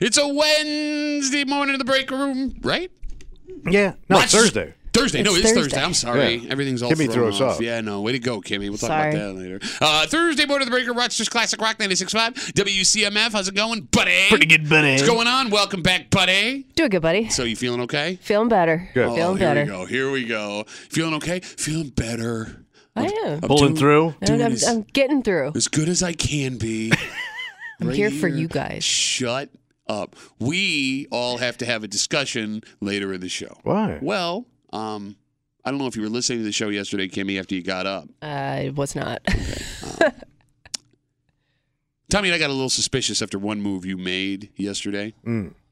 It's a Wednesday morning in the break room, right? Yeah. No, Watch- Thursday. Thursday. no, It's it's Thursday. Thursday. I'm sorry. Yeah. Everything's all Kimmy thrown threw us off. off. Yeah, no. Way to go, Kimmy. We'll talk Sorry. about that later. Uh, Thursday morning, of the Breaker Rochester's Classic Rock 96.5. WCMF. How's it going, buddy? Pretty good, buddy. What's going on? Welcome back, buddy. Doing good, buddy. So you feeling okay? Feeling better. Good. Oh, Feeling here better. we go. Here we go. Feeling okay? Feeling better. I am. I'm Pulling doing- through. I'm, doing I'm- as, I'm getting through. as good as I can be. I'm Right here for you guys. Shut up. We all have to have a discussion later in the show. Why? Well, um, I don't know if you were listening to the show yesterday, Kimmy, after you got up. I was not. Tommy and I got a little suspicious after one move you made yesterday.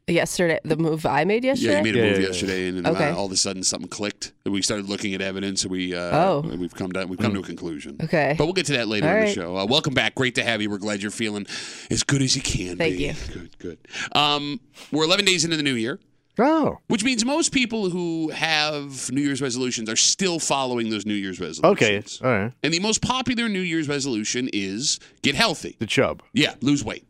yesterday, the move I made yesterday. Yeah, you made a Yeah, move yeah, yeah. yesterday, and then Okay. uh, all of a sudden something clicked. And we started looking at evidence, and we uh, Oh. we've come down, we've come to a conclusion. okay. But we'll get to that later All in the right. show. Uh, welcome back. Great to have you. We're glad you're feeling as good as you can Thank be. you. Good, good. Um, we're 11 days into the new year. Oh. Which means most people who have New Year's resolutions are still following those New Year's Okay. resolutions. All right. And the most popular New Year's resolution is get healthy. The chub. Yeah, lose weight.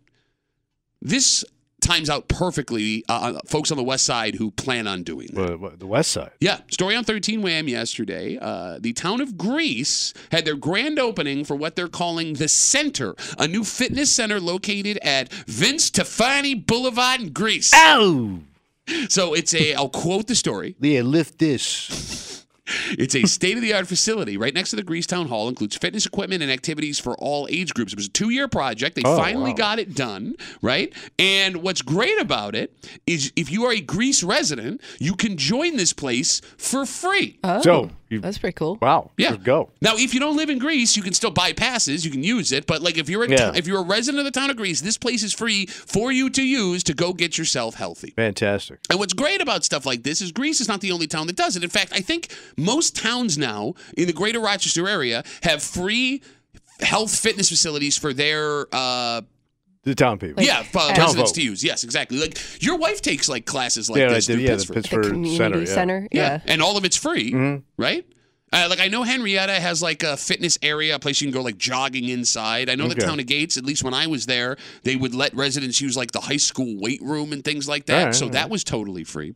This times out perfectly uh, folks on the west side who plan on doing that. Well, what- The west side. Yeah, story on 13 Wham yesterday. Uh, the town of Greece had their grand opening for what they're calling the Center, a new fitness center located at Vince Tafani Boulevard in Greece. Oh. So it's a, I'll quote the story. Yeah, lift this. It's a state of the art facility right next to the Greece Town Hall, includes fitness equipment and activities for all age groups. It was a two year project. They Oh, finally wow. got it done, right? And what's great about it is if you are a Greece resident, you can join this place for free. oh, So, you- that's pretty cool. Wow. Yeah. Just Uh, go. Now, if you don't live in Greece, you can still buy passes. You can use it, but like if you're a Yeah. if you're a resident of the town of Greece, this place is free for you to use to go get yourself healthy. Fantastic. And what's great about stuff like this is Greece is not the only town that does it. In fact, I think most towns now in the greater Rochester area have free health fitness facilities for their uh The town people. yeah uh, Town residents vote. to use yes exactly like your wife takes like classes like yeah, this they did. yeah through the Pittsburgh. Pittsburgh the community Center. Yeah. Yeah. and all of it's free Mm-hmm. right uh, like I know Henrietta has like a fitness area, a place you can go like jogging inside. I know the Okay. town of Gates. At least when I was there, they would let residents use like the high school weight room and things like that. Alright, so that alright. was totally free.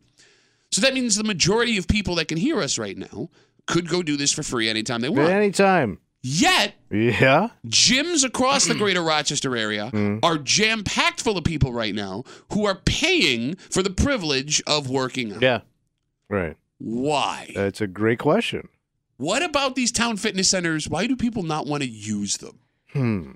So that means the majority of people that can hear us right now could go do this for free anytime they want. But anytime. Yet Yeah. gyms across the greater Rochester area Mm. are jam packed full of people right now who are paying for the privilege of working out. Yeah. Right. Why? That's a great question. What about these town fitness centers? Why do people not want to use them? Hmm.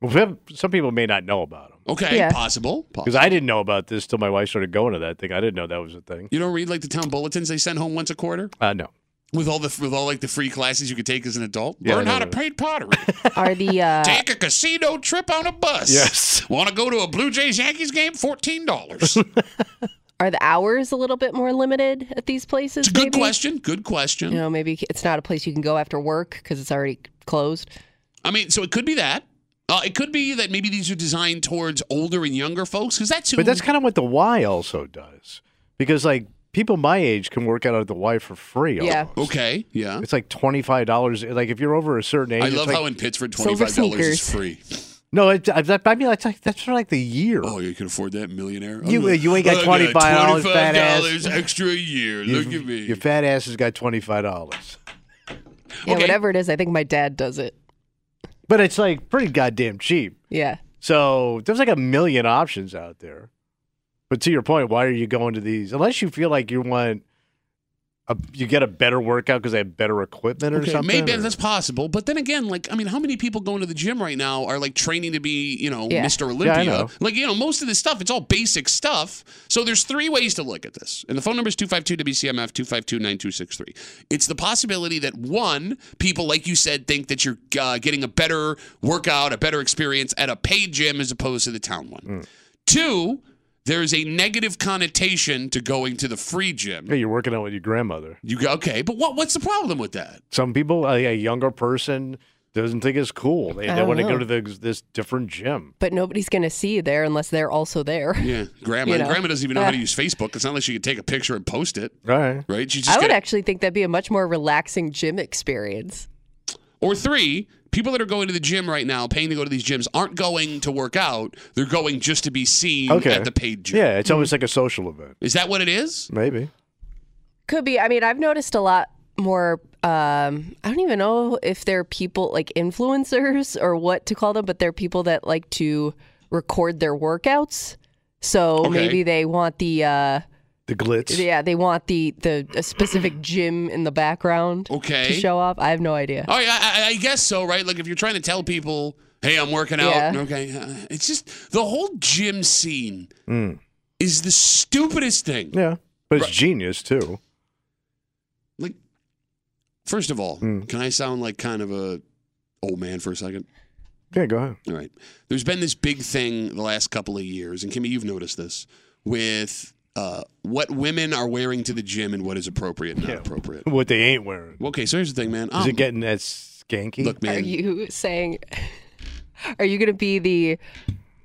Well, some- some people may not know about them Okay, Yeah. possible. because I didn't know about this till my wife started going to that thing. I didn't know that was a thing. you don't read like the town bulletins they send home once a quarter Uh, no. with all the with all like the free classes you could take as an adult. Yeah, Learn I how to know paint pottery. Are the uh, take a casino trip on a bus. Yes. Want to go to a Blue Jays Yankees game? Fourteen dollars. are the hours a little bit more limited at these places? It's a good maybe? question. Good question. You know, maybe it's not a place you can go after work because it's already closed. I mean, so it could be that. Uh, it could be that maybe these are designed towards older and younger folks because that's who. But that's kind of what the Y also does because like people my age can work out at the Y for free. Yeah. almost. okay. Yeah. It's like twenty five dollars. Like if you're over a certain age, I it's love like- how in Pittsburgh twenty Silver five dollars is sneakers. free. no. It, I, that, I mean, that's like that's for like the year. Oh, you can afford that, millionaire. You- I'm a- you ain't got I $25, fat ass. $25 extra a year. You- Look at me. Your fat ass has got twenty five dollars. Yeah, Okay. whatever it is, I think my dad does it. But it's like pretty goddamn cheap. Yeah. So there's like a million options out there. But to your point, why are you going to these? Unless you feel like you want, a, you get a better workout because they have better equipment or Okay, something. Maybe or- that's possible. But then again, like, I mean, how many people going to the gym right now are like training to be, you know, Yeah. Mr. Yeah, I Olympia? know. Like, you know, most of this stuff, it's all basic stuff. So there's three ways to look at this. And the phone number is 252 WCMF 252 9263. It's the possibility that one, people, like you said, think that you're uh, getting a better workout, a better experience at a paid gym as opposed to the town one. Two, there's a negative connotation to going to the free gym. Yeah, you're working out with your grandmother. You go, okay, but what, what's the problem with that? Some people, a, a younger person, doesn't think it's cool. They, I they don't want to go to know. Oh. the, this different gym. But nobody's going to see you there unless they're also there. Yeah, grandma. You know. Uh. Grandma doesn't even know how to use Facebook. It's not like she could take a picture and post it, All right. right? She just I would gotta- actually think that'd be a much more relaxing gym experience. or three people that are going to the gym right now, paying to go to these gyms, aren't going to work out. They're going just to be seen Okay. at the paid gym. Hmm. Yeah, it's almost like a social event. Is that what it is? Maybe. Could be. I mean, I've noticed a lot more. Um, I don't even know if they're people like influencers or what to call them, but they're people that like to record their workouts. So Okay. maybe they want the uh, The glitz. yeah they want the the a specific gym in the background to Okay. show off. I have no idea. Oh, yeah, I, I- I guess so, right? Like if you're trying to tell people, hey, I'm working out. Yeah. Okay. uh, It's just the whole gym scene is the stupidest thing. Hmm. Yeah. But it's genius, too. Like, first of all, Hmm. can I sound like kind of a old man for a second? Yeah, go ahead. All right. There's been this big thing the last couple of years, and Kimmy, you've noticed this with uh, what women are wearing to the gym and what is appropriate and not appropriate. What they ain't wearing. Okay, so here's the thing, man. Is I'm- it getting that skanky? look, Are man. you saying? Are you going to be the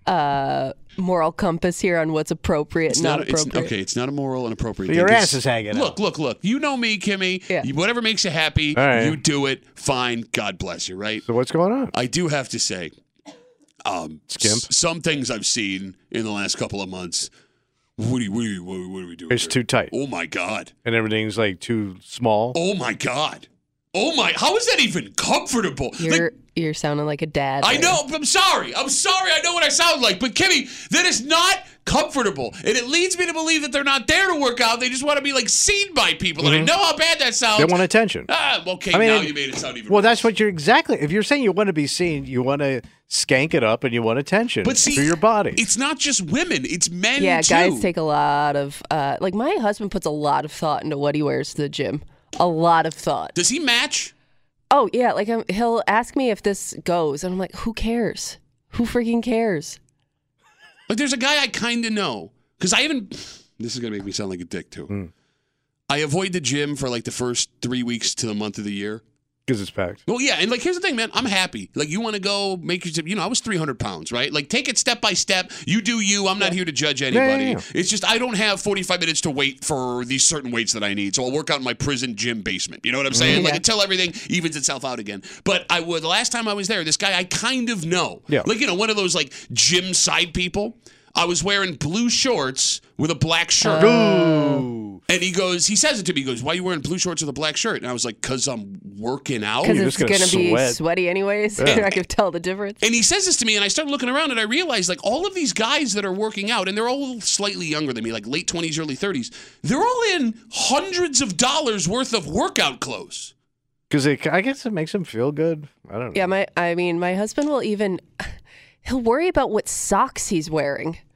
uh, moral compass here on what's appropriate, it's and not, not, a- it's, appropriate? okay, it's not a moral and appropriate Your thing. ass It's- is hanging Look, out. look, look. You know me, Kimmy. Yeah. You- whatever makes you happy, All right. you do it. Fine. God bless you, right? So what's going on? I do have to say, um, Skimp. s- some things I've seen in the last couple of months. What are, you, what, are you, what are- what are we doing? It's here? too tight. Oh, my God. And everything's like too small. Oh my god. Oh my. How is that even comfortable? Like, You're you're sounding like a dad. I there. know. I'm sorry. I'm sorry. I know what I sound like, but Kimmy, that is not comfortable, and it leads me to believe that they're not there to work out. They just want to be like seen by people, and I know how bad that sounds. Mm-hmm. They want attention. ah, okay. I mean, now it- you made it sound even. Well, worse. that's what you're exactly. If you're saying you want to be seen, you want to skank it up and you want attention But see, for your body. It's not just women. It's men. Yeah, too. guys take a lot of uh, like my husband puts a lot of thought into what he wears to the gym. A lot of thought. Does he match? Oh yeah, like um he'll ask me if this goes, and I'm like, who cares? Who freaking cares? Like, there's a guy I kind of know because I haven't. This is gonna make me sound like a dick too. Mm. I avoid the gym for like the first three weeks to the month of the year. Because it's packed. Well, yeah, and like here's the thing, man. I'm happy. Like you want to go make your, you know, I was 300 pounds, right? Like take it step by step. You do you. I'm not here to judge yeah, anybody. yeah. It's just I don't have 45 minutes to wait for these certain weights that I need, so I'll work out in my prison gym basement. You know what I'm saying? Mm-hmm. Like Yeah. until everything evens itself out again. But I would the last time I was there, this guy I kind of know, Yeah. like you know, one of those like gym side people. I was wearing blue shorts with a black shirt. Uh-huh. Oh. Ooh. And he goes, he says it to me. He goes, "Why you wearing blue shorts with a black shirt?" And I was like, "Cause I'm working out." Because Oh, you're it's just gonna be sweat. sweaty anyways. You're not gonna tell the difference. And he says this to me, and I start looking around, and I realize like all of these guys that are working out, and they're all slightly younger than me, like late twenties, early thirties. They're all in hundreds of dollars worth of workout clothes. Because I guess it makes them feel good. I don't know. Yeah, my I mean, my husband will even he'll worry about what socks he's wearing.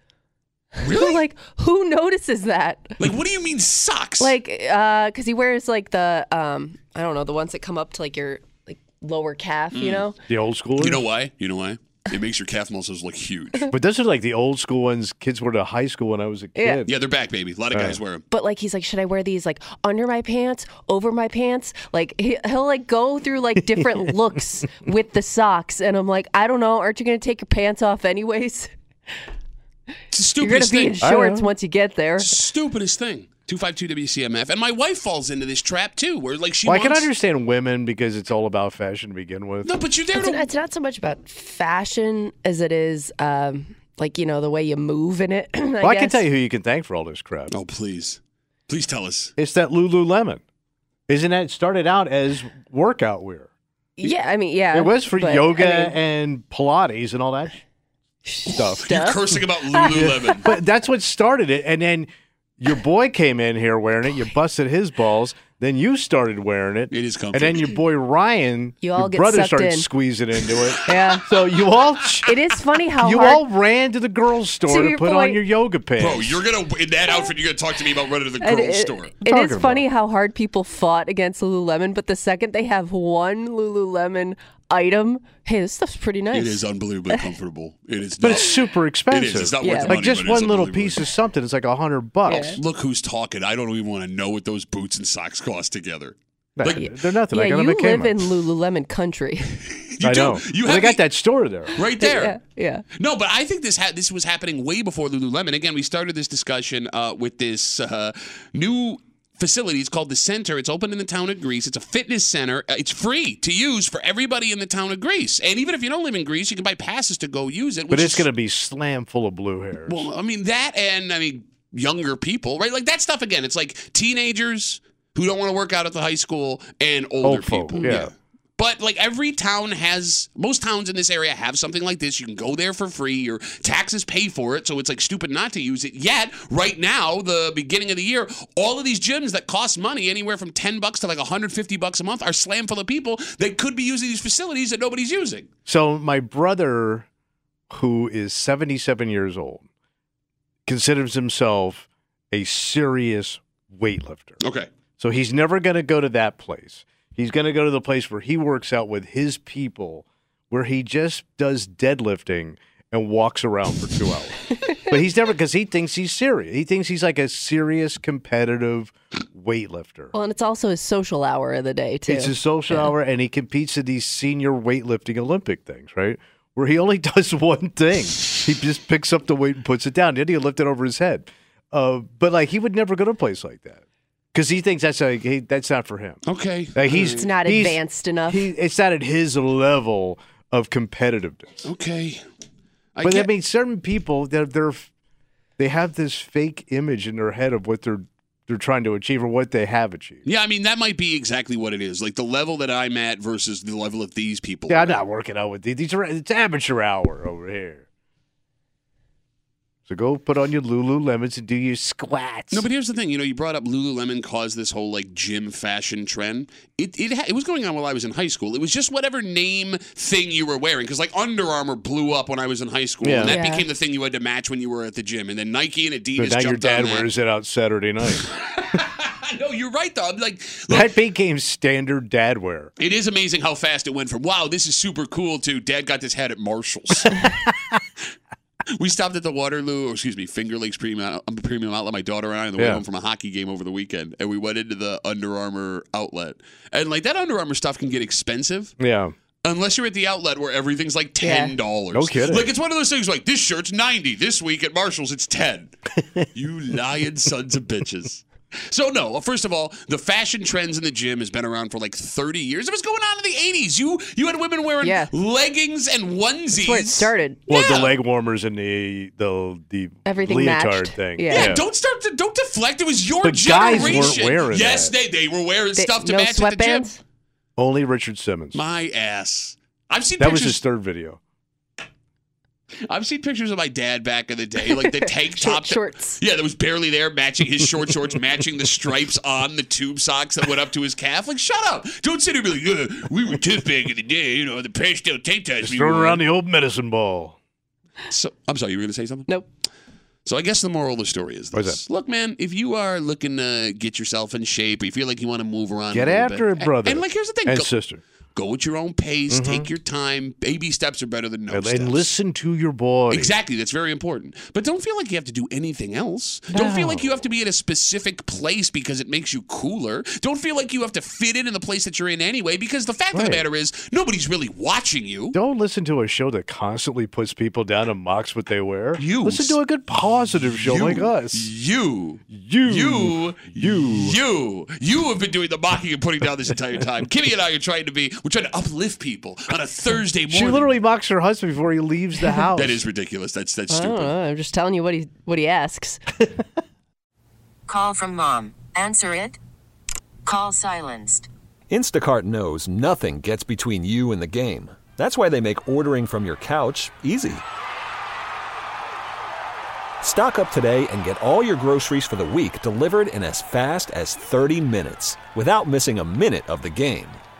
Really? like, like, who notices that? what do you mean socks? Like, uh, cause he wears like the um, I don't know, the ones that come up to like your like lower calf, you know? the old school. you know why? You know why? It makes your calf muscles look huge. But those are like the old school ones kids wore to high school when I was a Yeah. kid. yeah, they're back, baby. A lot of guys wear them. But like, he's like, should I wear these like under my pants, over my pants? Like, he, he'll like go through like different looks with the socks, and I'm like, I don't know. Aren't you gonna take your pants off anyways? It's the You're gonna stupidest be in thing. I don't shorts know. once you get there. stupidest thing. Two five two WCMF, and my wife falls into this trap too, where like she. Well, I wants, can understand women because it's all about fashion to begin with. No, but you're there It's, to. it's not so much about fashion as it is, um, like you know, the way you move in it. I, well, I can guess. tell you who you can thank for all this crap. Oh please, please tell us. It's that Lululemon. Isn't that it started out as workout wear? Yeah, I mean, yeah, it was for but, I yoga mean- and Pilates and all that sh- stuff. You're cursing about Lululemon. But that's what started it. And then your boy came in here wearing it. You busted his balls. Then you started wearing it. It is comfy. And then your boy Ryan, You all your get brother sucked started in. squeezing into it. Yeah. So you all It is funny how you hard. all ran to the girls' store To to, your put on point. your yoga pants. Bro, you're gonna in that outfit. You're gonna talk to me about running to the and girls' it- store. it Talking is about funny it. how hard people fought against Lululemon, but the second they have one Lululemon item, hey, this stuff's pretty nice. It is unbelievably comfortable. It is, but not- it's super It expensive. is. It's not Yeah. worth the like money, just but it is one little unbelievably piece of something. It's like a hundred bucks. Look who's talking. I don't even want to know what those boots and socks cost together. Like, they're nothing. Yeah, I got you them at live Kmart. in Lululemon country. You I do. know. You Well, have they got the- that store there. right there. yeah, yeah. No, but I think this ha- this was happening way before Lululemon. Again, we started this discussion uh, with this uh, new facility. It's called the Center. It's open in the town of Greece. It's a fitness center. Uh, It's free to use for everybody in the town of Greece. And even if you don't live in Greece, you can buy passes to go use it. But which it's is- going to be slam full of blue hairs. Well, I mean that, and I mean younger people, right? Like that stuff again. It's like teenagers who don't want to work out at the high school and older Old people. folk, yeah. But like every town has, most towns in this area have something like this. You can go there for free. Your taxes pay for it, so it's like stupid not to use it. Yet right now, the beginning of the year, all of these gyms that cost money, anywhere from ten bucks to like 150 bucks a month, are slam full of people that could be using these facilities that nobody's using. So my brother, who is 77 years old, considers himself a serious weightlifter. Okay. So he's never going to go to that place. He's going to go to the place where he works out with his people, where he just does deadlifting and walks around for two hours. but he's never because he thinks he's serious. He thinks he's like a serious competitive weightlifter. Well, and it's also his social hour of the day too. It's a social hour, and he competes in these senior weightlifting Olympic things, right? Where he only does one thing. he just picks up the weight and puts it down. Then he'll lift it over his head. Uh, but like he would never go to a place like that because he thinks that's like he, that's not for him. Okay. Like he's It's not he's- advanced enough. He, it's not at his level of competitiveness. Okay. I but I get- mean, certain people they're, they're they have this fake image in their head of what they're they're trying to achieve or what they have achieved. Yeah, I mean that might be exactly what it is. Like the level that I'm at versus the level of these people. Yeah, I'm not working out with these. These are it's amateur hour over here. So go put on your Lululemons and do your squats. No, but here's the thing. You know, you brought up Lululemon caused this whole like gym fashion trend. It it, ha- it was going on while I was in high school. It was just whatever name thing you were wearing because like Under Armour blew up when I was in high school, Yeah. and that Yeah. became the thing you had to match when you were at the gym. And then Nike and So Adidas now your jumped dad on that. wears it out Saturday night. no, you're right though. I'm like, look, that became standard dad wear. it is amazing how fast it went from wow, this is super cool to Dad got this hat at Marshalls. we stopped at the Waterloo, or excuse me, Finger Lakes Premium, um, Premium Outlet. My daughter and I on the way Yeah. home from a hockey game over the weekend, and we went into the Under Armour outlet. And like that Under Armour stuff can get expensive Yeah. unless you're at the outlet where everything's like ten dollars. No kidding. Like it's one of those things. Like this shirt's ninety. This week at Marshalls, it's ten. you lying sons of bitches. So no, first of all, the fashion trends in the gym has been around for like 30 years. It was going on in the 80s. You you had women wearing Yeah. leggings and onesies. That's where it started. Well, Yeah. the leg warmers and the the the Everything leotard matched. thing. Yeah. Yeah, don't start to don't deflect. It was your But guys weren't generation. wearing yes, that. they they were wearing They- stuff to no match at the gym. sweatbands. Only Richard Simmons. My ass. I've seen that was pictures. his third video. I've seen pictures of my dad back in the day, like the tank Short top shorts. Yeah, that was barely there, matching his short shorts, matching the stripes on the tube socks that went up to his calf. Like, shut up! Don't sit here and be like, "Uh, we were tough back in the day, you know, the pastel tank tops. Just we throwing wore." around the old medicine ball. So, I'm sorry, you were going to say something. Nope. So I guess the moral of the story is What's this: Look, man, if you are looking to get yourself in shape, or you feel like you want to move around, Get a little after bit, it, brother. And, like, here's the thing: And go, sister. go at your own pace, take your time. Baby steps are better than no and, steps. and listen to your boy. Exactly, that's very important. But don't feel like you have to do anything else. Don't feel like you have to be at a specific place because it makes you cooler. Don't feel like you have to fit in in the place that you're in anyway because the fact of Right. the matter is nobody's really watching you. Don't listen to a show that constantly puts people down and mocks what they wear. You. listen to a good positive show you, like us. You. You. You. You. You. You have been doing the mocking and putting down this entire time. Kimmy and I are trying to be, we're trying to uplift people on a Thursday morning. She literally mocks her husband before he leaves the house. That is ridiculous. That's that's Uh-huh. I don't stupid. know. I'm just telling you what he what he asks. Call from mom. Answer it. Call silenced. Instacart knows nothing gets between you and the game. That's why they make ordering from your couch easy. Stock up today and get all your groceries for the week delivered in as fast as 30 minutes without missing a minute of the game.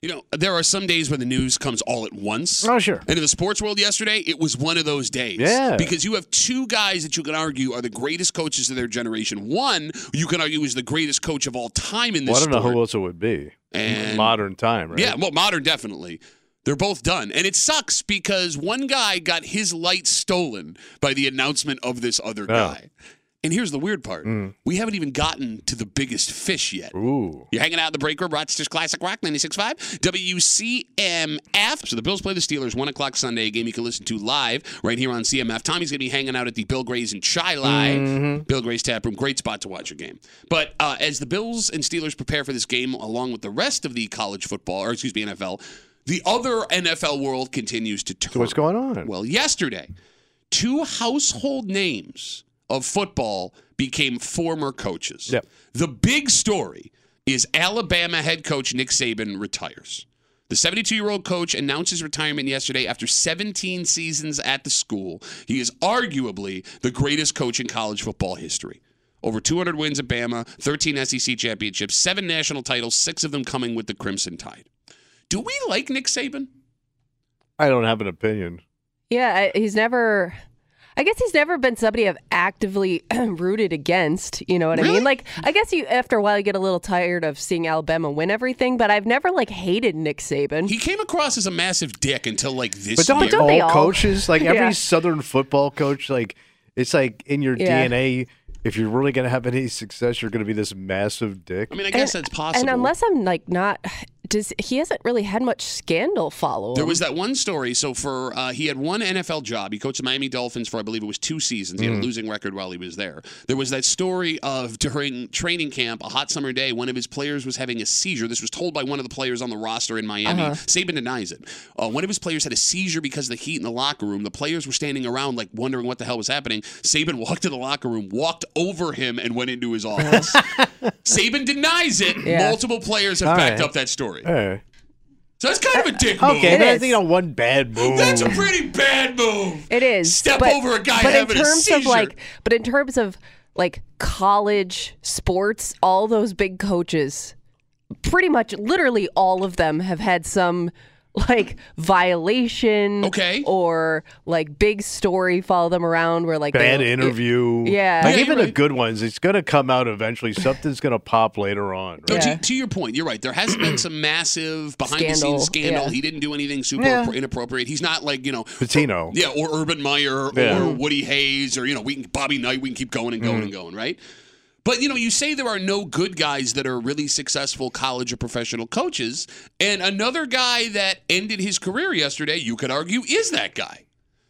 You know, there are some days when the news comes all at once. Oh, sure. And in the sports world yesterday, it was one of those days. Yeah. Because you have two guys that you can argue are the greatest coaches of their generation. One, you can argue is the greatest coach of all time in this Well, I don't know sport. who else it would be. And- Modern time, right? Yeah, well, modern definitely. They're both done. And it sucks because one guy got his light stolen by the announcement of this other guy. And here's the weird part. Mm. We haven't even gotten to the biggest fish yet. Ooh. You're hanging out in the break room, Rochester's Classic Rock 96.5, WCMF. So the Bills play the Steelers, 1 o'clock Sunday, a game you can listen to live right here on CMF. Tommy's going to be hanging out at the Bill Gray's in Chi Mm-hmm. Bill Gray's Tap Room, great spot to watch a game. But uh, as the Bills and Steelers prepare for this game, along with the rest of the college football, or excuse me, NFL, the other NFL world continues to turn. So what's going on? Well, yesterday, two household names of football became former coaches. Yep. The big story is Alabama head coach Nick Saban retires. The 72 year old coach announced his retirement yesterday after 17 seasons at the school. He is arguably the greatest coach in college football history. Over 200 wins at Bama, 13 SEC championships, seven national titles, six of them coming with the Crimson Tide. Do we like Nick Saban? I don't have an opinion. Yeah, I- he's never. I guess he's never been somebody I've actively rooted against. You know what I Really? mean? Like, I guess you after a while you get a little tired of seeing Alabama win everything, but I've never like hated Nick Saban. He came across as a massive dick until like this But don't, year. don't they all all? coaches, like every Yeah. Southern football coach, like it's like in your Yeah. DNA, if you're really going to have any success, you're going to be this massive dick. I mean, I guess that's possible. And unless I'm like not, does he hasn't really had much scandal follow? there him. Um, was that one story. So for uh, he had one NFL job. He coached the Miami Dolphins for I believe it was two seasons. He Mm. had a losing record while he was there. There was that story of during training camp, a hot summer day, one of his players was having a seizure. This was told by one of the players on the roster in Miami. Uh-huh. Saban denies it. Uh, one of his players had a seizure because of the heat in the locker room. The players were standing around like wondering what the hell was happening. Saban walked to the locker room, walked over him, and went into his office. Saban denies it. Yeah. Multiple players have All backed right. up that story. Hey. So that's kind of a dick move. Okay, but I is. think on one bad move. That's a pretty bad move. It is. Step but- over a guy but having in a terms seizure. of like, but in terms of like college sports, all those big coaches, pretty much, literally all of them have had some like violation, Okay. or like big story follow them around where like bad they- interview. Yeah. Like Yeah, even you're the right. good ones, it's going to come out eventually. Something's going to pop later on. No, Right? to, to your point, you're right. There hasn't been some massive behind the Scandal, scenes scandal. yeah. He didn't do anything super inappropriate. He's not like, you know, Patino. yeah, or Urban Meyer Yeah. or Woody Hayes or, you know, we can, Bobby Knight, we can keep going and going and going, right? But, you know, you say there are no good guys that are really successful college or professional coaches. And another guy that ended his career yesterday, you could argue, is that guy.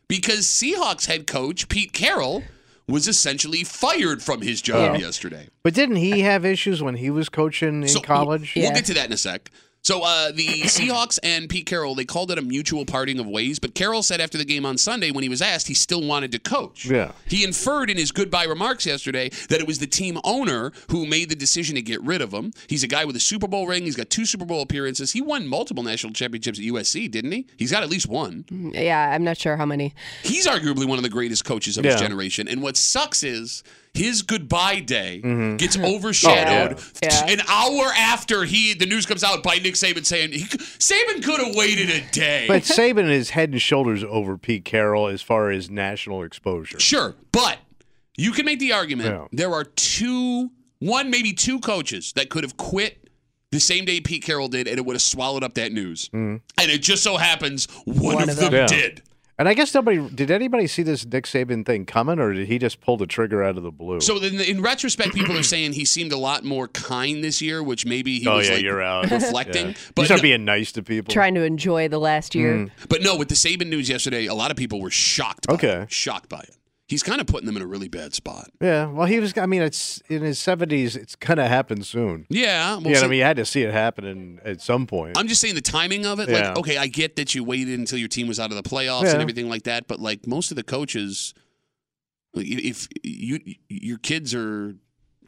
Because Seahawks head coach Pete Carroll was essentially fired from his job Yeah. yesterday. But didn't he have issues when he was coaching in So, college? We'll Yeah. get to that in a sec. So uh, the Seahawks and Pete Carroll, they called it a mutual parting of ways, but Carroll said after the game on Sunday when he was asked, he still wanted to coach. Yeah. He inferred in his goodbye remarks yesterday that it was the team owner who made the decision to get rid of him. He's a guy with a Super Bowl ring. He's got two Super Bowl appearances. He won multiple national championships at USC, didn't he? He's got at least one. yeah, I'm not sure how many. He's arguably one of the greatest coaches of his Yeah. generation. And what sucks is his goodbye day Mm-hmm. gets Oh, overshadowed yeah. Yeah. an hour after he the news comes out by Nick Saban saying he, c- Saban could have waited a day. But Saban is head and shoulders over Pete Carroll as far as national exposure. Sure, but you can make the argument Yeah. there are two, one maybe two coaches that could have quit the same day Pete Carroll did, and it would have swallowed up that news. Mm-hmm. And it just so happens one, of, them, Yeah. did. And I guess nobody did anybody see this Nick Saban thing coming, or did he just pull the trigger out of the blue? So then, in retrospect, people are saying he seemed a lot more kind this year, which maybe he oh was yeah, like, you're out. reflecting. Yeah. you But start no, being nice to people. Mm. Trying to enjoy the last year. but no, with the Saban news yesterday, a lot of people were shocked. By Okay. it, shocked by it. He's kind of putting them in a really bad spot. yeah. Well, he was. I mean, it's in his seventies. It's gonna happen soon. Yeah, well, Yeah, so- I mean, you had to see it happening at some point. I'm just saying the timing of it. Yeah. Like, okay, I get that you waited until your team was out of the playoffs Yeah. and everything like that, but like most of the coaches, like, i- if you your kids are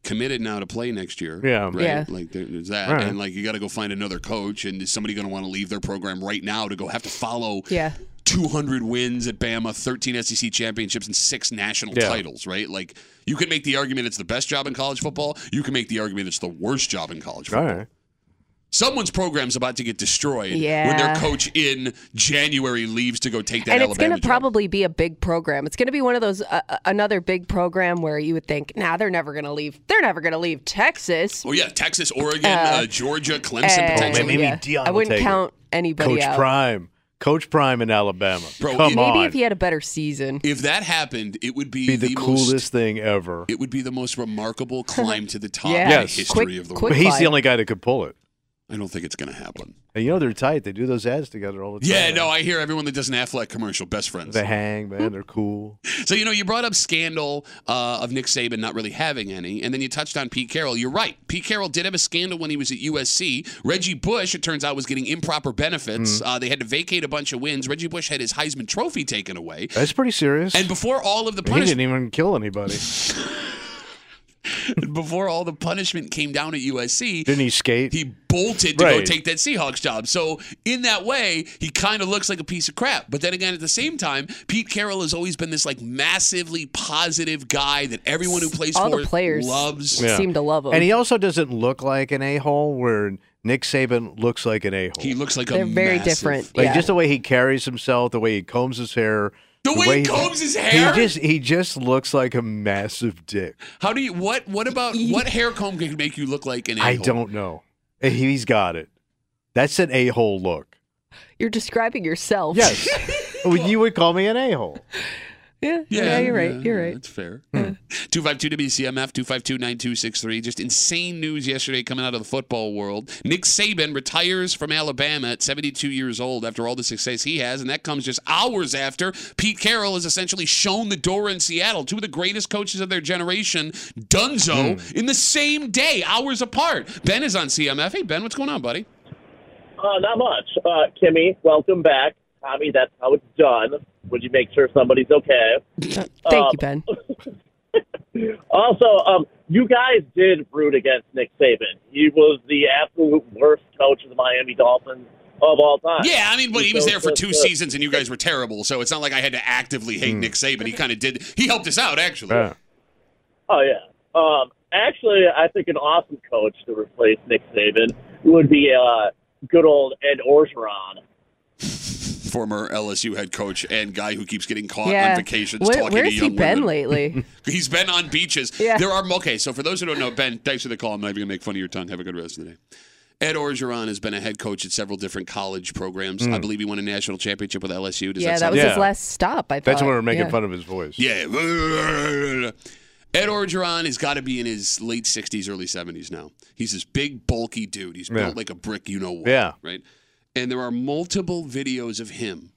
committed now to play next year, Yeah. right? Yeah. Like there- there's that, Right. and like you got to go find another coach, and is somebody going to want to leave their program right now to go have to follow Yeah. 200 wins at Bama, 13 SEC championships, and six national Yeah. titles, right? Like you can make the argument it's the best job in college football. You can make the argument it's the worst job in college All football. right. Someone's program's about to get destroyed when their Yeah. coach in January leaves to go take that and it's Alabama going to job. probably be a big program. It's going to be one of those uh, uh, another big program where you would think, nah, they're never going to leave. They're never going to leave Texas. Oh yeah, Texas, Oregon, uh, Georgia, Clemson, And- potentially. Oh, maybe Deion Eh, I will wouldn't take it. count anybody Coach out. Prime, Coach Prime in Alabama. Bro, Come it- Maybe on, if he had a better season. If that happened, it would be, be the, coolest Most, thing ever. it would be the most remarkable climb to the top Yeah. in Yes. the history Quick- of the quick- But world. he's the Quickfire. only guy that could pull it. I don't think it's going to happen. And you know they're tight. They do those ads together all the time. Yeah, no, I hear everyone that does an Affleck commercial, best friends. They hang, man. They're cool. So you know, you brought up scandal uh, of Nick Saban not really having any, and then you touched on Pete Carroll. You're right. Pete Carroll did have a scandal when he was at USC. Reggie Bush, it turns out, was getting improper benefits. Mm. Uh, they had to vacate a bunch of wins. Reggie Bush had his Heisman Trophy taken away. That's pretty serious. And before all of the he punishment, didn't even kill anybody. before all the punishment came down at USC, Didn't he skate? he bolted to go Right. take that Seahawks job. So in that way, he kind of looks like a piece of crap. But then again, at the same time, Pete Carroll has always been this like massively positive guy that everyone who plays All for the players loves. Yeah. seem to love him. and he also doesn't look like an a hole. Where Nick Saban looks like an a hole. He looks like a They're very massive- different. like yeah. just the way he carries himself, the way he combs his hair. The way he combs his hair? He just he just looks like a massive dick. How do you what what about what hair comb can make you look like an a I don't know. He's got it. That's an a hole look. You're describing yourself. Yes. Well, you would call me an a hole. yeah, yeah, you're right. yeah, you're yeah, right. That's fair. 252 WCMF 252 9263. Just insane news yesterday coming out of the football world. Nick Saban retires from Alabama at 72 years old after all the success he has, and that comes just hours after Pete Carroll has essentially shown the door in Seattle. Two of the greatest coaches of their generation, Dunzo, Hmm. in the same day, hours apart. Ben is on CMF. Hey, Ben, what's going on, buddy? Uh, not much. Uh, Kimmy, welcome back. Tommy, that's how it's done. Would you make sure somebody's okay? Thank you, Ben. Also, um, you guys did root against Nick Saban. He was the absolute worst coach of the Miami Dolphins of all time. Yeah, I mean, but he was there for just two good. seasons, and you guys were terrible. So it's not like I had to actively hate Hmm. Nick Saban. He kind of did. He helped us out, actually. Yeah. Oh yeah. Um, actually, I think an awesome coach to replace Nick Saban would be uh, good old Ed Orgeron. Former LSU head coach and guy who keeps getting caught yeah. on vacations Where- talking to where's young he been women. lately? He's been on beaches. Yeah. There are okay. So for those who don't know, Ben, thanks for the call. I'm not even gonna make fun of your tongue. Have a good rest of the day. Ed Orgeron has been a head coach at several different college programs. I believe he won a national championship with LSU. Does Mm. yeah, that that sound was Yeah. his last stop. I thought. That's when we were making Uh, Yeah. fun of his voice. Yeah. Ed Orgeron has got to be in his late 60s, early 70s now. He's this big, bulky dude. He's built Yeah. like a brick, you know what. Yeah. Right? And there are multiple videos of him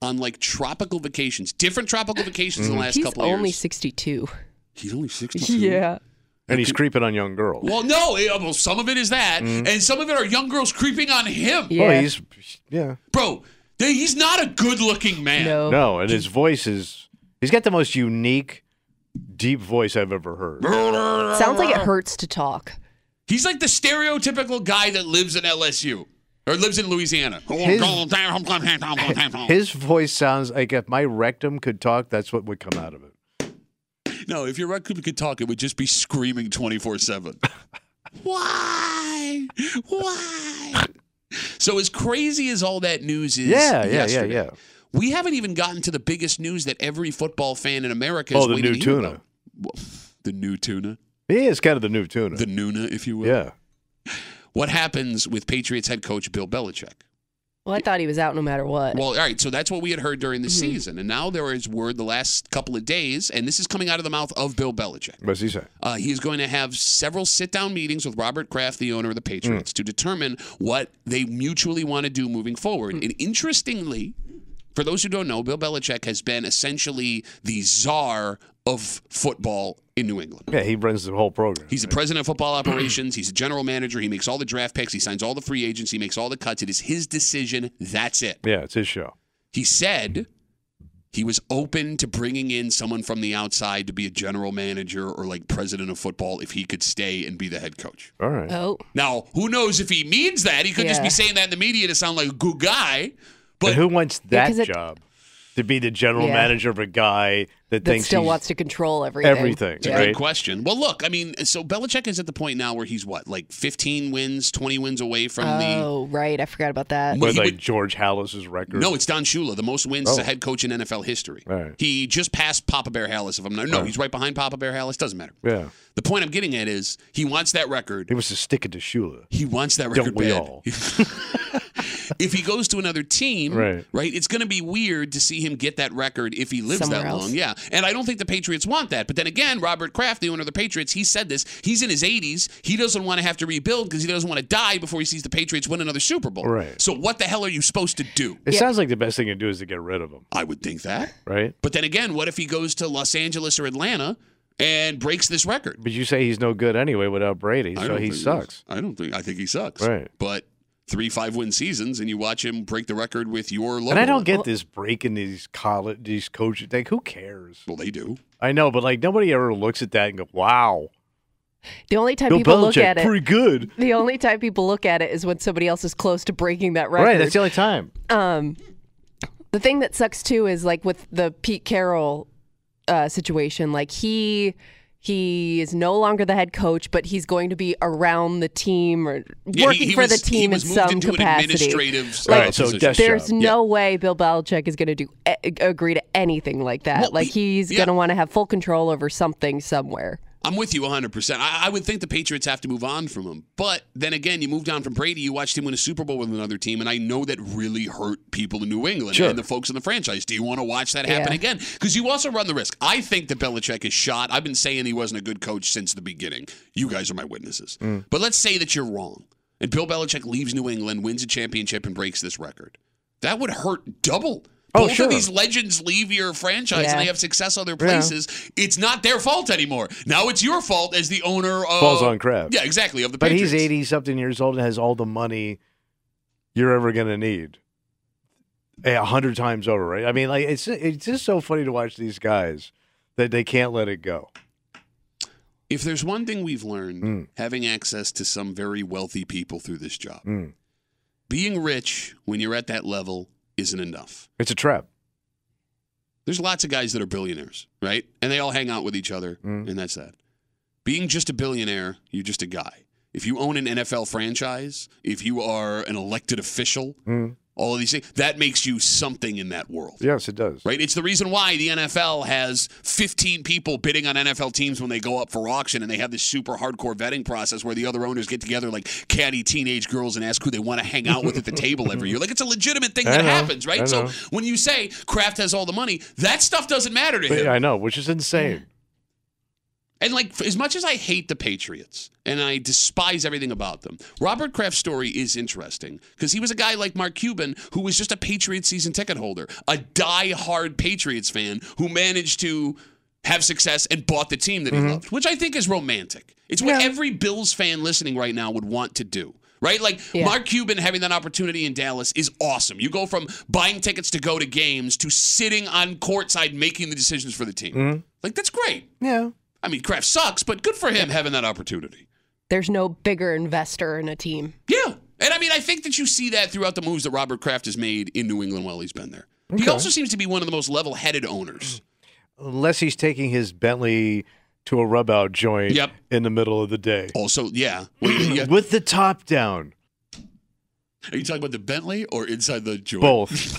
on like tropical vacations, different tropical vacations Mm. in the last He's couple of only years. 62. He's only 62. Yeah. Oh, And he's creeping on young girls. Well, no, it- well, some of it is that, Mm. and some of it are young girls creeping on him. Yeah. Well, he's yeah. Bro, they, he's not a good looking man. No. No, and his voice is he's got the most unique deep voice I've ever heard. Sounds like it hurts to talk. He's like the stereotypical guy that lives in LSU or lives in Louisiana. His- His voice sounds like if my rectum could talk, that's what would come out of it. No, if your Rod Cooper could talk, it would just be screaming 24 7. Why? Why? So, as crazy as all that news is, Yeah, yeah, yeah, yesterday, yeah. we haven't even gotten to the biggest news that every football fan in America is Oh, the waiting new to hear tuna. about. The new tuna. Yeah, it's kind of the new tuna. The Nuna, if you will. yeah. What happens with Patriots head coach Bill Belichick? Well, I thought he was out no matter what. Well, all right. So that's what we had heard during the season. And now there is word the last couple of days, and this is coming out of the mouth of Bill Belichick. What's he say? Uh, he's going to have several sit down meetings with Robert Kraft, the owner of the Patriots, to determine what they mutually want to do moving forward. And interestingly, for those who don't know, Bill Belichick has been essentially the czar of football in New England. Yeah, he runs the whole program. He's the president of football operations. He's a general manager. He makes all the draft picks. He signs all the free agents. He makes all the cuts. It is his decision. That's it. Yeah, it's his show. He said he was open to bringing in someone from the outside to be a general manager or like president of football if he could stay and be the head coach. All right. oh, Now, who knows if he means that? He could just be Yeah. saying that in the media to sound like a good guy. But But who wants that 'cause it- job? To be the general Yeah. manager of a guy that, that thinks still he's- wants to control everything. everything, It's a right? good question. Well, look, I mean, so Belichick is at the point now where he's what, like 15 wins, 20 wins away from the. Oh, right. I forgot about that. Well, with he like would- George Hallis's record. No, it's Don Shula, the most wins as a Oh. head coach in NFL history. All right. He just passed Papa Bear Hallis, if I'm not. No, he's right behind Papa Bear Hallis. Doesn't matter. yeah, The point I'm getting at is he wants that record. he was to stick it to Shula. He wants that Don't record we bad. all? if he goes to another team, Right. it's going to be weird to see him get that record if he lives Somewhere that else. long. Yeah. And I don't think the Patriots want that. But then again, Robert Kraft, the owner of the Patriots, he said this. He's in his 80s. He doesn't want to have to rebuild because he doesn't want to die before he sees the Patriots win another Super Bowl. Right. So what the hell are you supposed to do? It sounds like the best thing to do is to get rid of him, I would think that. right? But then again, what if he goes to Los Angeles or Atlanta and breaks this record? But you say he's no good anyway without Brady, I so don't he think sucks. I don't think. I think he sucks. Right. But three five win seasons, and you watch him break the record with your logo. And I don't on it. get this breaking these college, these coaches. Like, who cares? Well, they do. I know, but like nobody ever looks at that and go, "Wow, The only time Bill people Belichick, look at it, pretty good." the only time people look at it is when somebody else is close to breaking that record. Right, that's the only time. um, the thing that sucks too is like with the Pete Carroll uh, situation. Like he he is no longer the head coach, but he's going to be around the team or Yeah, he- working he for was- the he team in was moved some into an capacity. administrative Like, uh, Right, so position. desk There's job. no way Bill Belichick is going to do a- agree to anything like that. Well, like he- he's yeah. going to want to have full control over something somewhere. I'm with you 100%. I, I would think the Patriots have to move on from him. But then again, you moved on from Brady. You watched him win a Super Bowl with another team. And I know that really hurt people in New England Sure. and the folks in the franchise. Do you want to watch that happen Yeah. again? Because you also run the risk. I think that Belichick is shot. I've been saying he wasn't a good coach since the beginning. You guys are my witnesses. Mm. But let's say that you're wrong. And Bill Belichick leaves New England, wins a championship, and breaks this record. That would hurt double. Oh, Both sure. of these legends leave your franchise and Yeah. they have success other places. It's not their fault anymore. Now it's your fault as the owner of Falls on Kraft. Uh, Yeah, exactly. Of the But Patriots. he's eighty something years old and has all the money you're ever gonna need, a hundred times over. Right? I mean, like it's it's just so funny to watch these guys that they can't let it go. If there's one thing we've learned, Mm. having access to some very wealthy people through this job, Mm. being rich when you're at that level isn't enough. It's a trap. There's lots of guys that are billionaires, right? And they all hang out with each other, Mm. and that's that. Being just a billionaire, you're just a guy. If you own an NFL franchise, if you are an elected official, Mm. all of these things, that makes you something in that world. Yes, it does. Right? It's the reason why the NFL has 15 people bidding on NFL teams when they go up for auction and they have this super hardcore vetting process where the other owners get together like catty teenage girls and ask who they want to hang out with at the table every year. Like it's a legitimate thing I that know. happens, I right? So know. when you say Kraft has all the money, that stuff doesn't matter to But, him. yeah, I know, which is insane. And like f- as much as I hate the Patriots and I despise everything about them, Robert Kraft's story is interesting because he was a guy like Mark Cuban who was just a Patriots season ticket holder, a die-hard Patriots fan who managed to have success and bought the team that he loved, which I think is romantic. It's what every Bills fan listening right now would want to do. Right? Like Yeah. Mark Cuban having that opportunity in Dallas is awesome. You go from buying tickets to go to games to sitting on courtside making the decisions for the team. Like that's great. Yeah. I mean, Kraft sucks, but good for him having that opportunity. There's no bigger investor in a team. Yeah. And I mean, I think that you see that throughout the moves that Robert Kraft has made in New England while he's been there. He also seems to be one of the most level headed owners. unless he's taking his Bentley to a rub out joint Yep. in the middle of the day. Also, yeah. Well, you- you- With the top down. Are you talking about the Bentley or inside the joint? Both.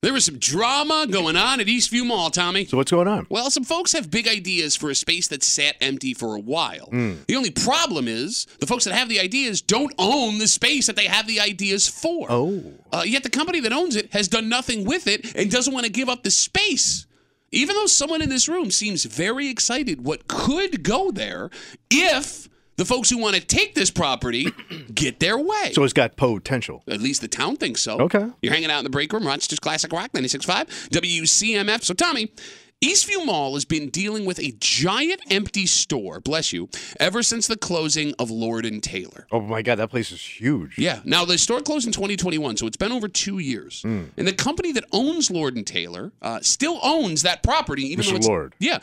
There was some drama going on at Eastview Mall, Tommy. So, what's going on? Well, some folks have big ideas for a space that sat empty for a while. Hmm. The only problem is the folks that have the ideas don't own the space that they have the ideas for. Oh. Uh, yet the company that owns it has done nothing with it and doesn't want to give up the space. Even though someone in this room seems very excited what could go there if the folks who want to take this property get their way. So it's got potential. At least the town thinks so. Okay. You're hanging out in the break room, Rochester's Classic Rock 96.5, WCMF. So, Tommy, Eastview Mall has been dealing with a giant empty store, bless you, ever since the closing of Lord and Taylor. Oh my God, that place is huge. Yeah. Now, the store closed in 2021, so it's been over two years. Hmm. And the company that owns Lord and Taylor uh, still owns that property, even Mr. though it's. Lord. Yeah.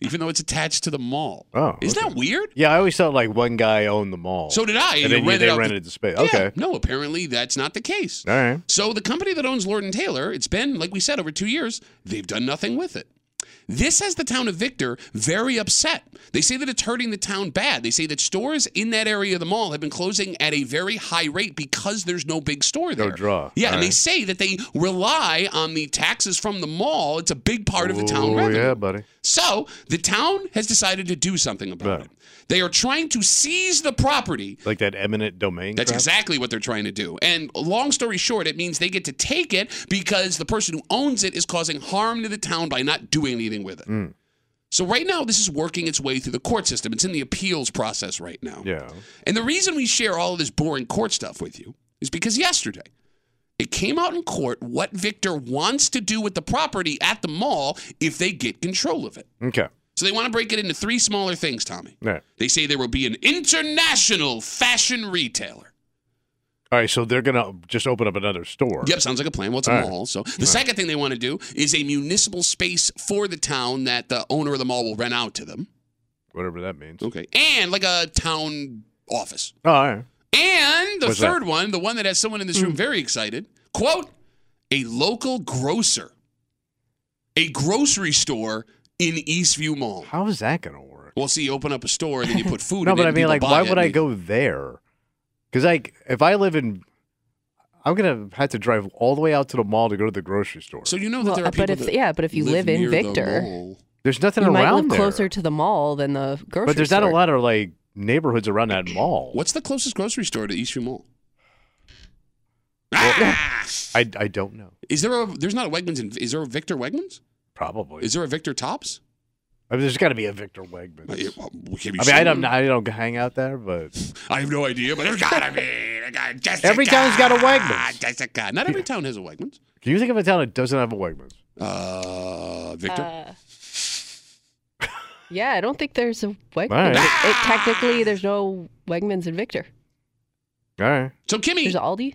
Even though it's attached to the mall. Oh, Isn't that weird? Yeah, I always thought like one guy owned the mall. So did And I. You then rented they out the- rented the space. Yeah, Okay. No, apparently that's not the case. All right. So the company that owns Lord and Taylor, it's been like we said over 2 years, they've done nothing with it. This has the town of Victor very upset. They say that it's hurting the town bad. They say that stores in that area of the mall have been closing at a very high rate because there's no big store there. No draw. Yeah, All and they right. say that they rely on the taxes from the mall. It's a big part of the town Oh, revenue. yeah, buddy. So the town has decided to do something about it. They are trying to seize the property. Like that eminent domain. That's crap? exactly what they're trying to do. And long story short, it means they get to take it because the person who owns it is causing harm to the town by not doing anything with it. Mm. So right now, this is working its way through the court system. It's in the appeals process right now. Yeah. And the reason we share all of this boring court stuff with you is because yesterday it came out in court what Victor wants to do with the property at the mall if they get control of it. Okay. So they want to break it into three smaller things, Tommy. All right. They say there will be an international fashion retailer. All right. So they're gonna just open up another store. Yep, sounds like a plan. Well, it's a All right. mall. So the second thing they want to do is a municipal space for the town that the owner of the mall will rent out to them, Whatever that means. Okay. and like a town office. Oh, all right. And the What's third that? Hmm. one, the one that has someone in this room very excited, quote, a local grocer, a grocery store in Eastview Mall. How is that gonna work? Well, see, you open up a store and then you put food. No, in but it I and mean, people like, buy why it would and I they- go there? Because like, if I live in, I'm gonna have to drive all the way out to the mall to go to the grocery store. So you know Well, uh, but if yeah, but if you live, in Victor, there's nothing you around might live there. closer to the mall than the grocery. but there's store. not a lot of like neighborhoods around that mall. What's the closest grocery store to Eastview Mall? I, I don't know. Is there a there's not a Wegmans in is there a Victor Wegmans? Oh, Probably. Is there a Victor Tops? I mean, there's got to be a Victor Wegman. Can I mean, I don't, I don't hang out there, but I have no idea, but there's gotta be. There gotta- Jessica, Ah, Every town's got a Wegmans. Jessica. Not every town has a Wegmans. can you think of a town that doesn't have a Wegmans? Uh, Victor. Uh, yeah, I don't think there's a Wegman. All right. It, it technically there's no Wegmans in Victor. All right, So Kimmy. There's Aldi.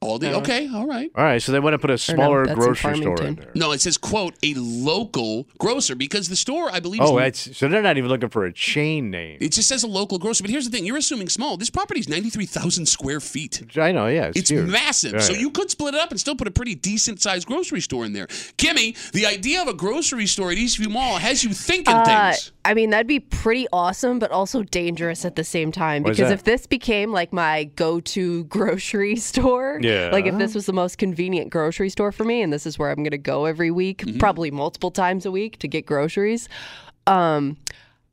Aldi. Uh-huh. Uh, okay. All right. all right. So they want to put a smaller that's in grocery store in Farmington. there. No, it says quote a local grocer because the store I believe. is- Oh, that's so they're not even looking for a chain name. It just says a local grocer, but here's the thing: you're assuming small. This property is 93,000 square feet. I know, yeah, it's, It's huge. massive, All so right. you could split it up and still put a pretty decent sized grocery store in there. Kimmy, the idea of a grocery store at Eastview Mall has you thinking Uh, things. I mean, that'd be pretty awesome, but also dangerous at the same time. Why is Because that? if this became like my go to grocery store, Yeah. like if this was the most convenient grocery store for me and this is where I'm going to go every week, Mm-hmm. probably multiple times a week to get groceries, um,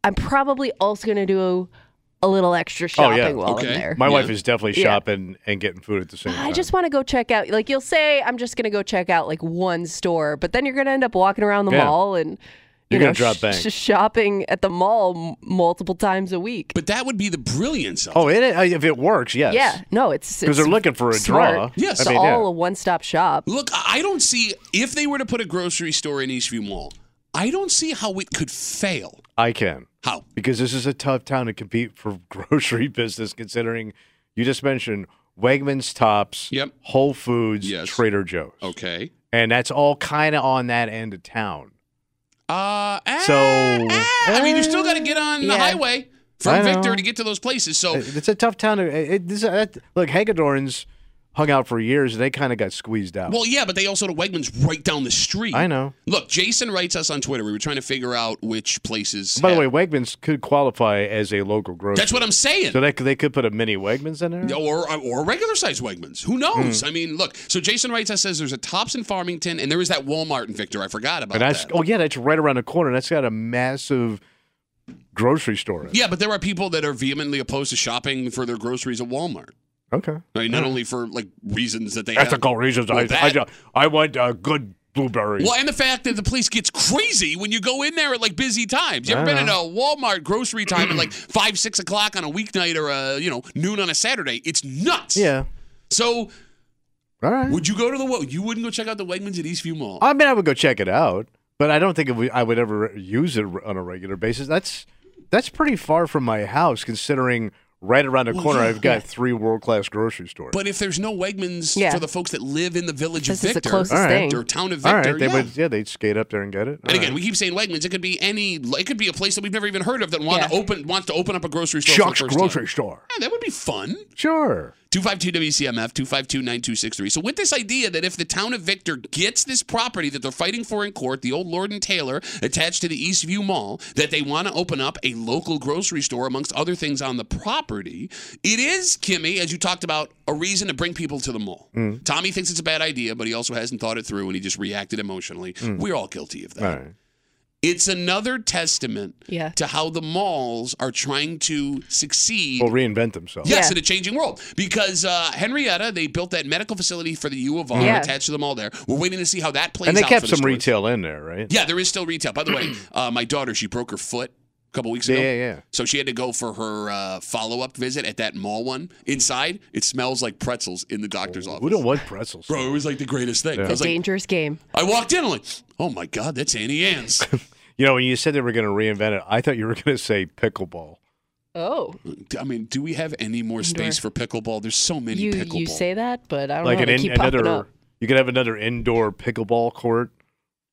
I'm probably also going to do a little extra Oh, shopping while I'm there. My wife is definitely Yeah. shopping and getting food at the same time. I just want to go check out. Like you'll say, I'm just going to go check out like one store, but then you're going to end up walking around the Yeah. mall and You're you gonna know, drop sh- bank. sh- shopping at the mall m- multiple times a week. But that would be the brilliance of Oh, it, if it works, yes. yeah, no, it's because they're it's looking for a draw. smart. Yes. it's I mean, all yeah. a one-stop shop. Look, I I don't see if they were to put a grocery store in Eastview Mall, I don't see how it could fail. I can. How? Because this is a tough town to compete for grocery business, considering you just mentioned Wegmans, Tops, Yep. Whole Foods, Trader Joe's, Okay. and that's all kind of on that end of town. Uh, eh, So I mean, you still got to get on the Yeah. highway I from know. Victor to get to those places. So It- it's a tough town to. It, it- this, uh, that, look, Hagedorn's hung out for years, and they kind of got squeezed out. Well, yeah, but they also had a Wegmans right down the street. I know. Look, Jason writes us on Twitter. We were trying to figure out which places. By the way, Wegmans could qualify as a local grocery. That's what I'm saying. So they, could- they could put a mini Wegmans in there. or or regular sized Wegmans. Who knows? Hmm. I mean, look. So Jason writes us says there's a Tops in Farmington and there is that Walmart in Victor. I forgot about And that. that's oh yeah, that's right around the corner. That's got a massive grocery store. in it. Yeah, but there are people that are vehemently opposed to shopping for their groceries at Walmart. Okay. I mean, not only for like reasons that they Ethical have. reasons. Well, I, that- I, ju- I want uh, good blueberries. Well, and the fact that the place gets crazy when you go in there at like busy times. You I ever been at a know. Walmart grocery time at like five, six o'clock on a weeknight or a you know noon on a Saturday? It's nuts. yeah. So All right. would you go to the Wa- you wouldn't go check out the Wegmans at Eastview Mall? I mean, I would go check it out, but I don't think it would, I would ever use it on a regular basis. That's that's pretty far from my house, considering right around the Well, corner yeah. I've got Yeah. three world class grocery stores. But if there's no Wegmans Yeah. for the folks that live in the village This of is the Victor, closest All right. thing. or town of All Victor, right, they yeah. would. Yeah, they'd skate up there and get it. and again, we keep saying Wegmans. It could be any. It could be a place that we've never even heard of that want to open wants to open up a grocery store. Chuck's for the first time. grocery store. Yeah, that would be fun. Sure. 252-WCMF, 252-9263. So with this idea that if the town of Victor gets this property that they're fighting for in court, the old Lord and Taylor attached to the Eastview Mall, that they want to open up a local grocery store amongst other things on the property, it is, Kimmy, as you talked about, a reason to bring people to the mall. Mm. Tommy thinks it's a bad idea, but he also hasn't thought it through and he just reacted emotionally. We're all guilty of that. Mm. All right. It's another testament Yeah. to how the malls are trying to succeed Well, reinvent themselves. Yes, in a changing world. Because uh, Henrietta, they built that medical facility for the U of R Yeah. attached to the mall there. We're waiting to see how that plays and they out. kept for the some stores. retail in there, right? Yeah, there is still retail. By the way, uh, my daughter, she broke her foot a couple weeks Yeah, ago. yeah, yeah. So she had to go for her uh, follow up visit at that mall one. Inside, it smells like pretzels in the doctor's office. We don't want pretzels. Bro, it was like the greatest thing. I It's was a like, dangerous game. I walked in, I'm like, oh my God, that's Annie Ann's. You know, when you said they were going to reinvent it, I thought you were going to say pickleball. Oh, I mean, do we have any more space for pickleball? There's so many you pickleball. you say that, but I don't Like know. an they in, keep popping another, up. you could have another indoor pickleball court,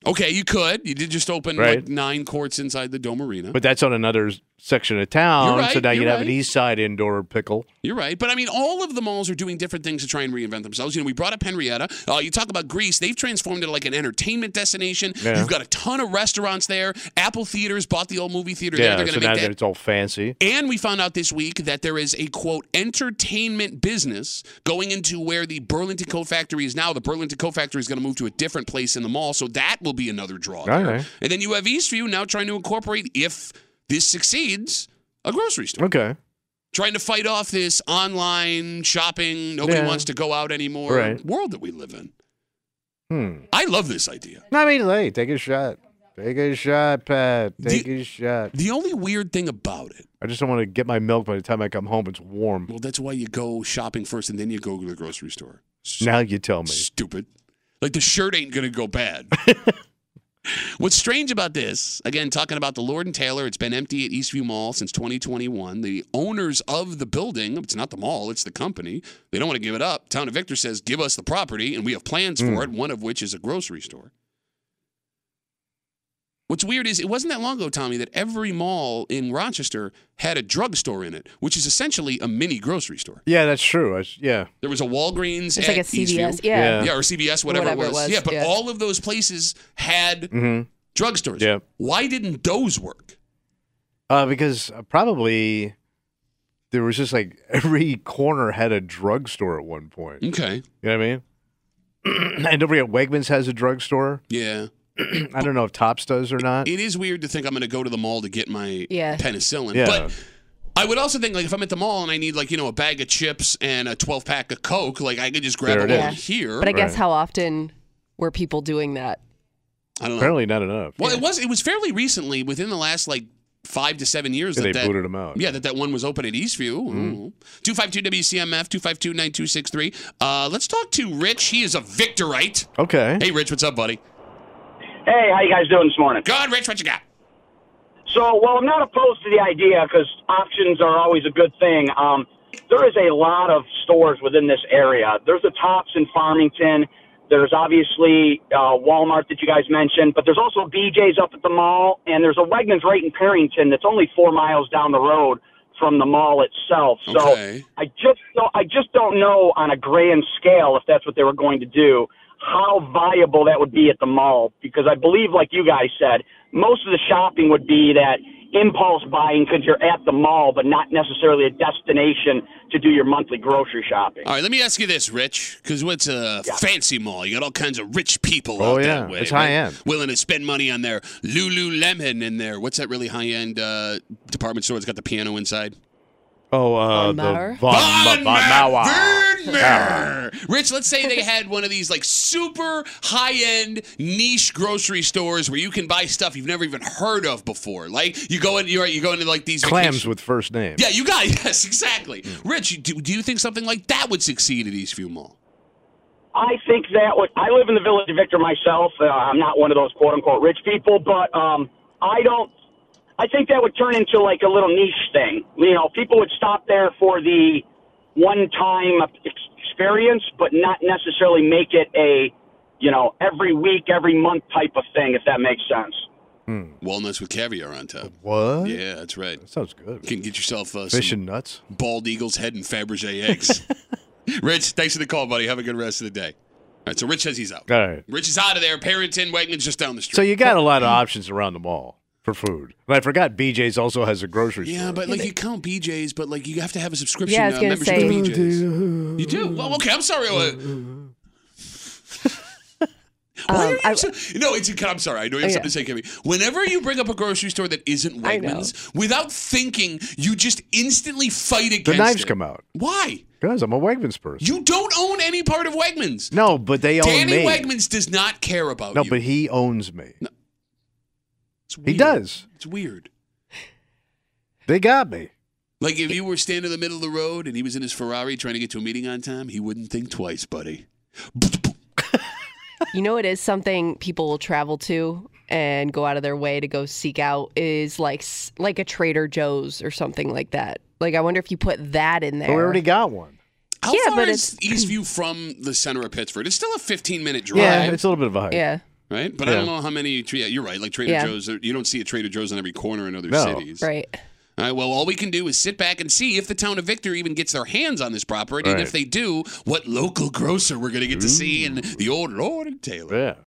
okay, you could. You did just open Right. like nine courts inside the Dome Arena. but that's on another s- section of town. You're so right, now you'd you're have an right. east side indoor pickle. You're right. But I mean, all of the malls are doing different things to try and reinvent themselves. You know, we brought up Henrietta. Uh, you talk about Greece. They've transformed it like an entertainment destination. Yeah. You've got a ton of restaurants there. Apple Theaters bought the old movie theater Yeah, there. They're so going to now make that that. it's all fancy. And we found out this week that there is a quote entertainment business going into where the Burlington Co Factory is now. The Burlington Co Factory is going to move to a different place in the mall, so that will be another draw. there. right. And then you have Eastview now trying to incorporate, if this succeeds, a grocery store. Okay. trying to fight off this online shopping. Nobody Yeah. wants to go out anymore. Right. World that we live in. Hmm. I love this idea. I mean, hey, take a shot. Take a shot, Pat. Take a shot. The only weird thing about it. I just don't want to get my milk by the time I come home. It's warm. Well, that's why you go shopping first and then you go to the grocery store. Now you tell me. Stupid. Like the shirt ain't going to go bad. What's strange about this, again, talking about the Lord and Taylor, it's been empty at Eastview Mall since 2021. The owners of the building, it's not the mall, it's the company, they don't want to give it up. Town of Victor says, give us the property, and we have plans for it, one of which is a grocery store. What's weird is it wasn't that long ago, Tommy, that every mall in Rochester had a drugstore in it, which is essentially a mini grocery store. Yeah, that's true. I s yeah. There was a Walgreens. It's at like a CVS, Eastview. yeah. Yeah. or CVS, whatever, Whatever it, it was. was, Yeah, but yeah. all of those places had Mm-hmm. drugstores. Yeah. Why didn't those work? Uh, because uh, probably there was just like every corner had a drugstore at one point. Okay. You know what I mean? and nobody at Wegmans has a drugstore. Yeah. I don't know if Tops does or not. It is weird to think I'm going to go to the mall to get my Yeah. penicillin. Yeah. But I would also think like if I'm at the mall and I need like you know a bag of chips and a 12 pack of Coke, like I could just grab There a it one is. here. But I guess how often were people doing that? I don't know. Apparently not enough. Well, it was it was fairly recently, within the last like five to seven years, Yeah, that they that, booted Mm-hmm. 'em out. Yeah, that that one was open at Eastview. Two five two WCMF two five two nine two six three. Uh, let's talk to Rich. He is a Victorite. Okay. Hey, Rich, what's up, buddy? Hey, how you guys doing this morning? Good, Rich. What you got? So, well, I'm not opposed to the idea because options are always a good thing. Um, there is a lot of stores within this area. There's the Tops in Farmington. There's obviously uh, Walmart that you guys mentioned, but there's also BJ's up at the mall, and there's a Wegmans right in Perrington that's only four miles down the road from the mall itself. So Okay. I just don't, I just don't know on a grand scale if that's what they were going to do how viable that would be at the mall because I believe like you guys said most of the shopping would be that impulse buying because you're at the mall but not necessarily a destination to do your monthly grocery shopping. All right, let me ask you this, Rich, because what's a fancy mall? You got all kinds of rich people Oh, out yeah. that way. It's high-end. Willing to spend money on their Lululemon and their, what's that really high end uh, department store that's got the piano inside? Oh, uh, Von the Maur? Von, Von, Mauer. Rich, let's say they had one of these like super high end niche grocery stores where you can buy stuff you've never even heard of before. Like you go in, you're, you go into like these Clams vacation- with first name. Yeah, you got it. yes, exactly. Rich, do, do you think something like that would succeed at Eastview Mall? I think that what I live in the village of Victor myself. Uh, I'm not one of those quote unquote rich people, but um, I don't. I think that would turn into like a little niche thing. You know, people would stop there for the one time experience, but not necessarily make it a, you know, every week, every month type of thing, if that makes sense. Walnuts with caviar on top. What? Yeah, that's right. That sounds good. can get yourself uh, Fish and some nuts. bald eagle's head and Fabergé eggs. Rich, thanks for the call, buddy. Have a good rest of the day. All right, so Rich says he's out. All right. Rich is out of there. Parrington, Wegman's just down the street. So you got a lot of options around the mall for food. And I forgot BJ's also has a grocery store. Yeah, but like you count BJ's, but like you have to have a subscription Yeah, I was uh, gonna membership say- to BJ's. You do? Well, okay. I'm sorry. Uh, why Um, are you so- no, it's. I'm sorry. I know you have Yeah. something to say, Kimmy. Whenever you bring up a grocery store that isn't Oh, I know. Wegmans, without thinking, you just instantly fight against the knives it. come out. Why? Because I'm a Wegmans person. You don't own any part of Wegmans. No, but they own Danny me. Wegmans does not care about no, you. but he owns me. he weird. does. It's weird. They got me. Like if you were standing in the middle of the road and he was in his Ferrari trying to get to a meeting on time, he wouldn't think twice, buddy. You know, it is something people will travel to and go out of their way to go seek out is like s- like a Trader Joe's or something like that. Like, I wonder if you put that in there. But we already got one. How Yeah, far but is Eastview from the center of Pittsford? It's still a 15 minute drive. Yeah, it's a little bit of a hike. Yeah. Right, but I Yeah. don't know how many. Yeah, you're right. Like Trader Yeah. Joe's, there- you don't see a Trader Joe's in every corner in other No. cities. Right. All right. Well, all we can do is sit back and see if the town of Victor even gets their hands on this property, and Right. if they do, what local grocer we're going to get to see in the old Lord and Taylor. Yeah.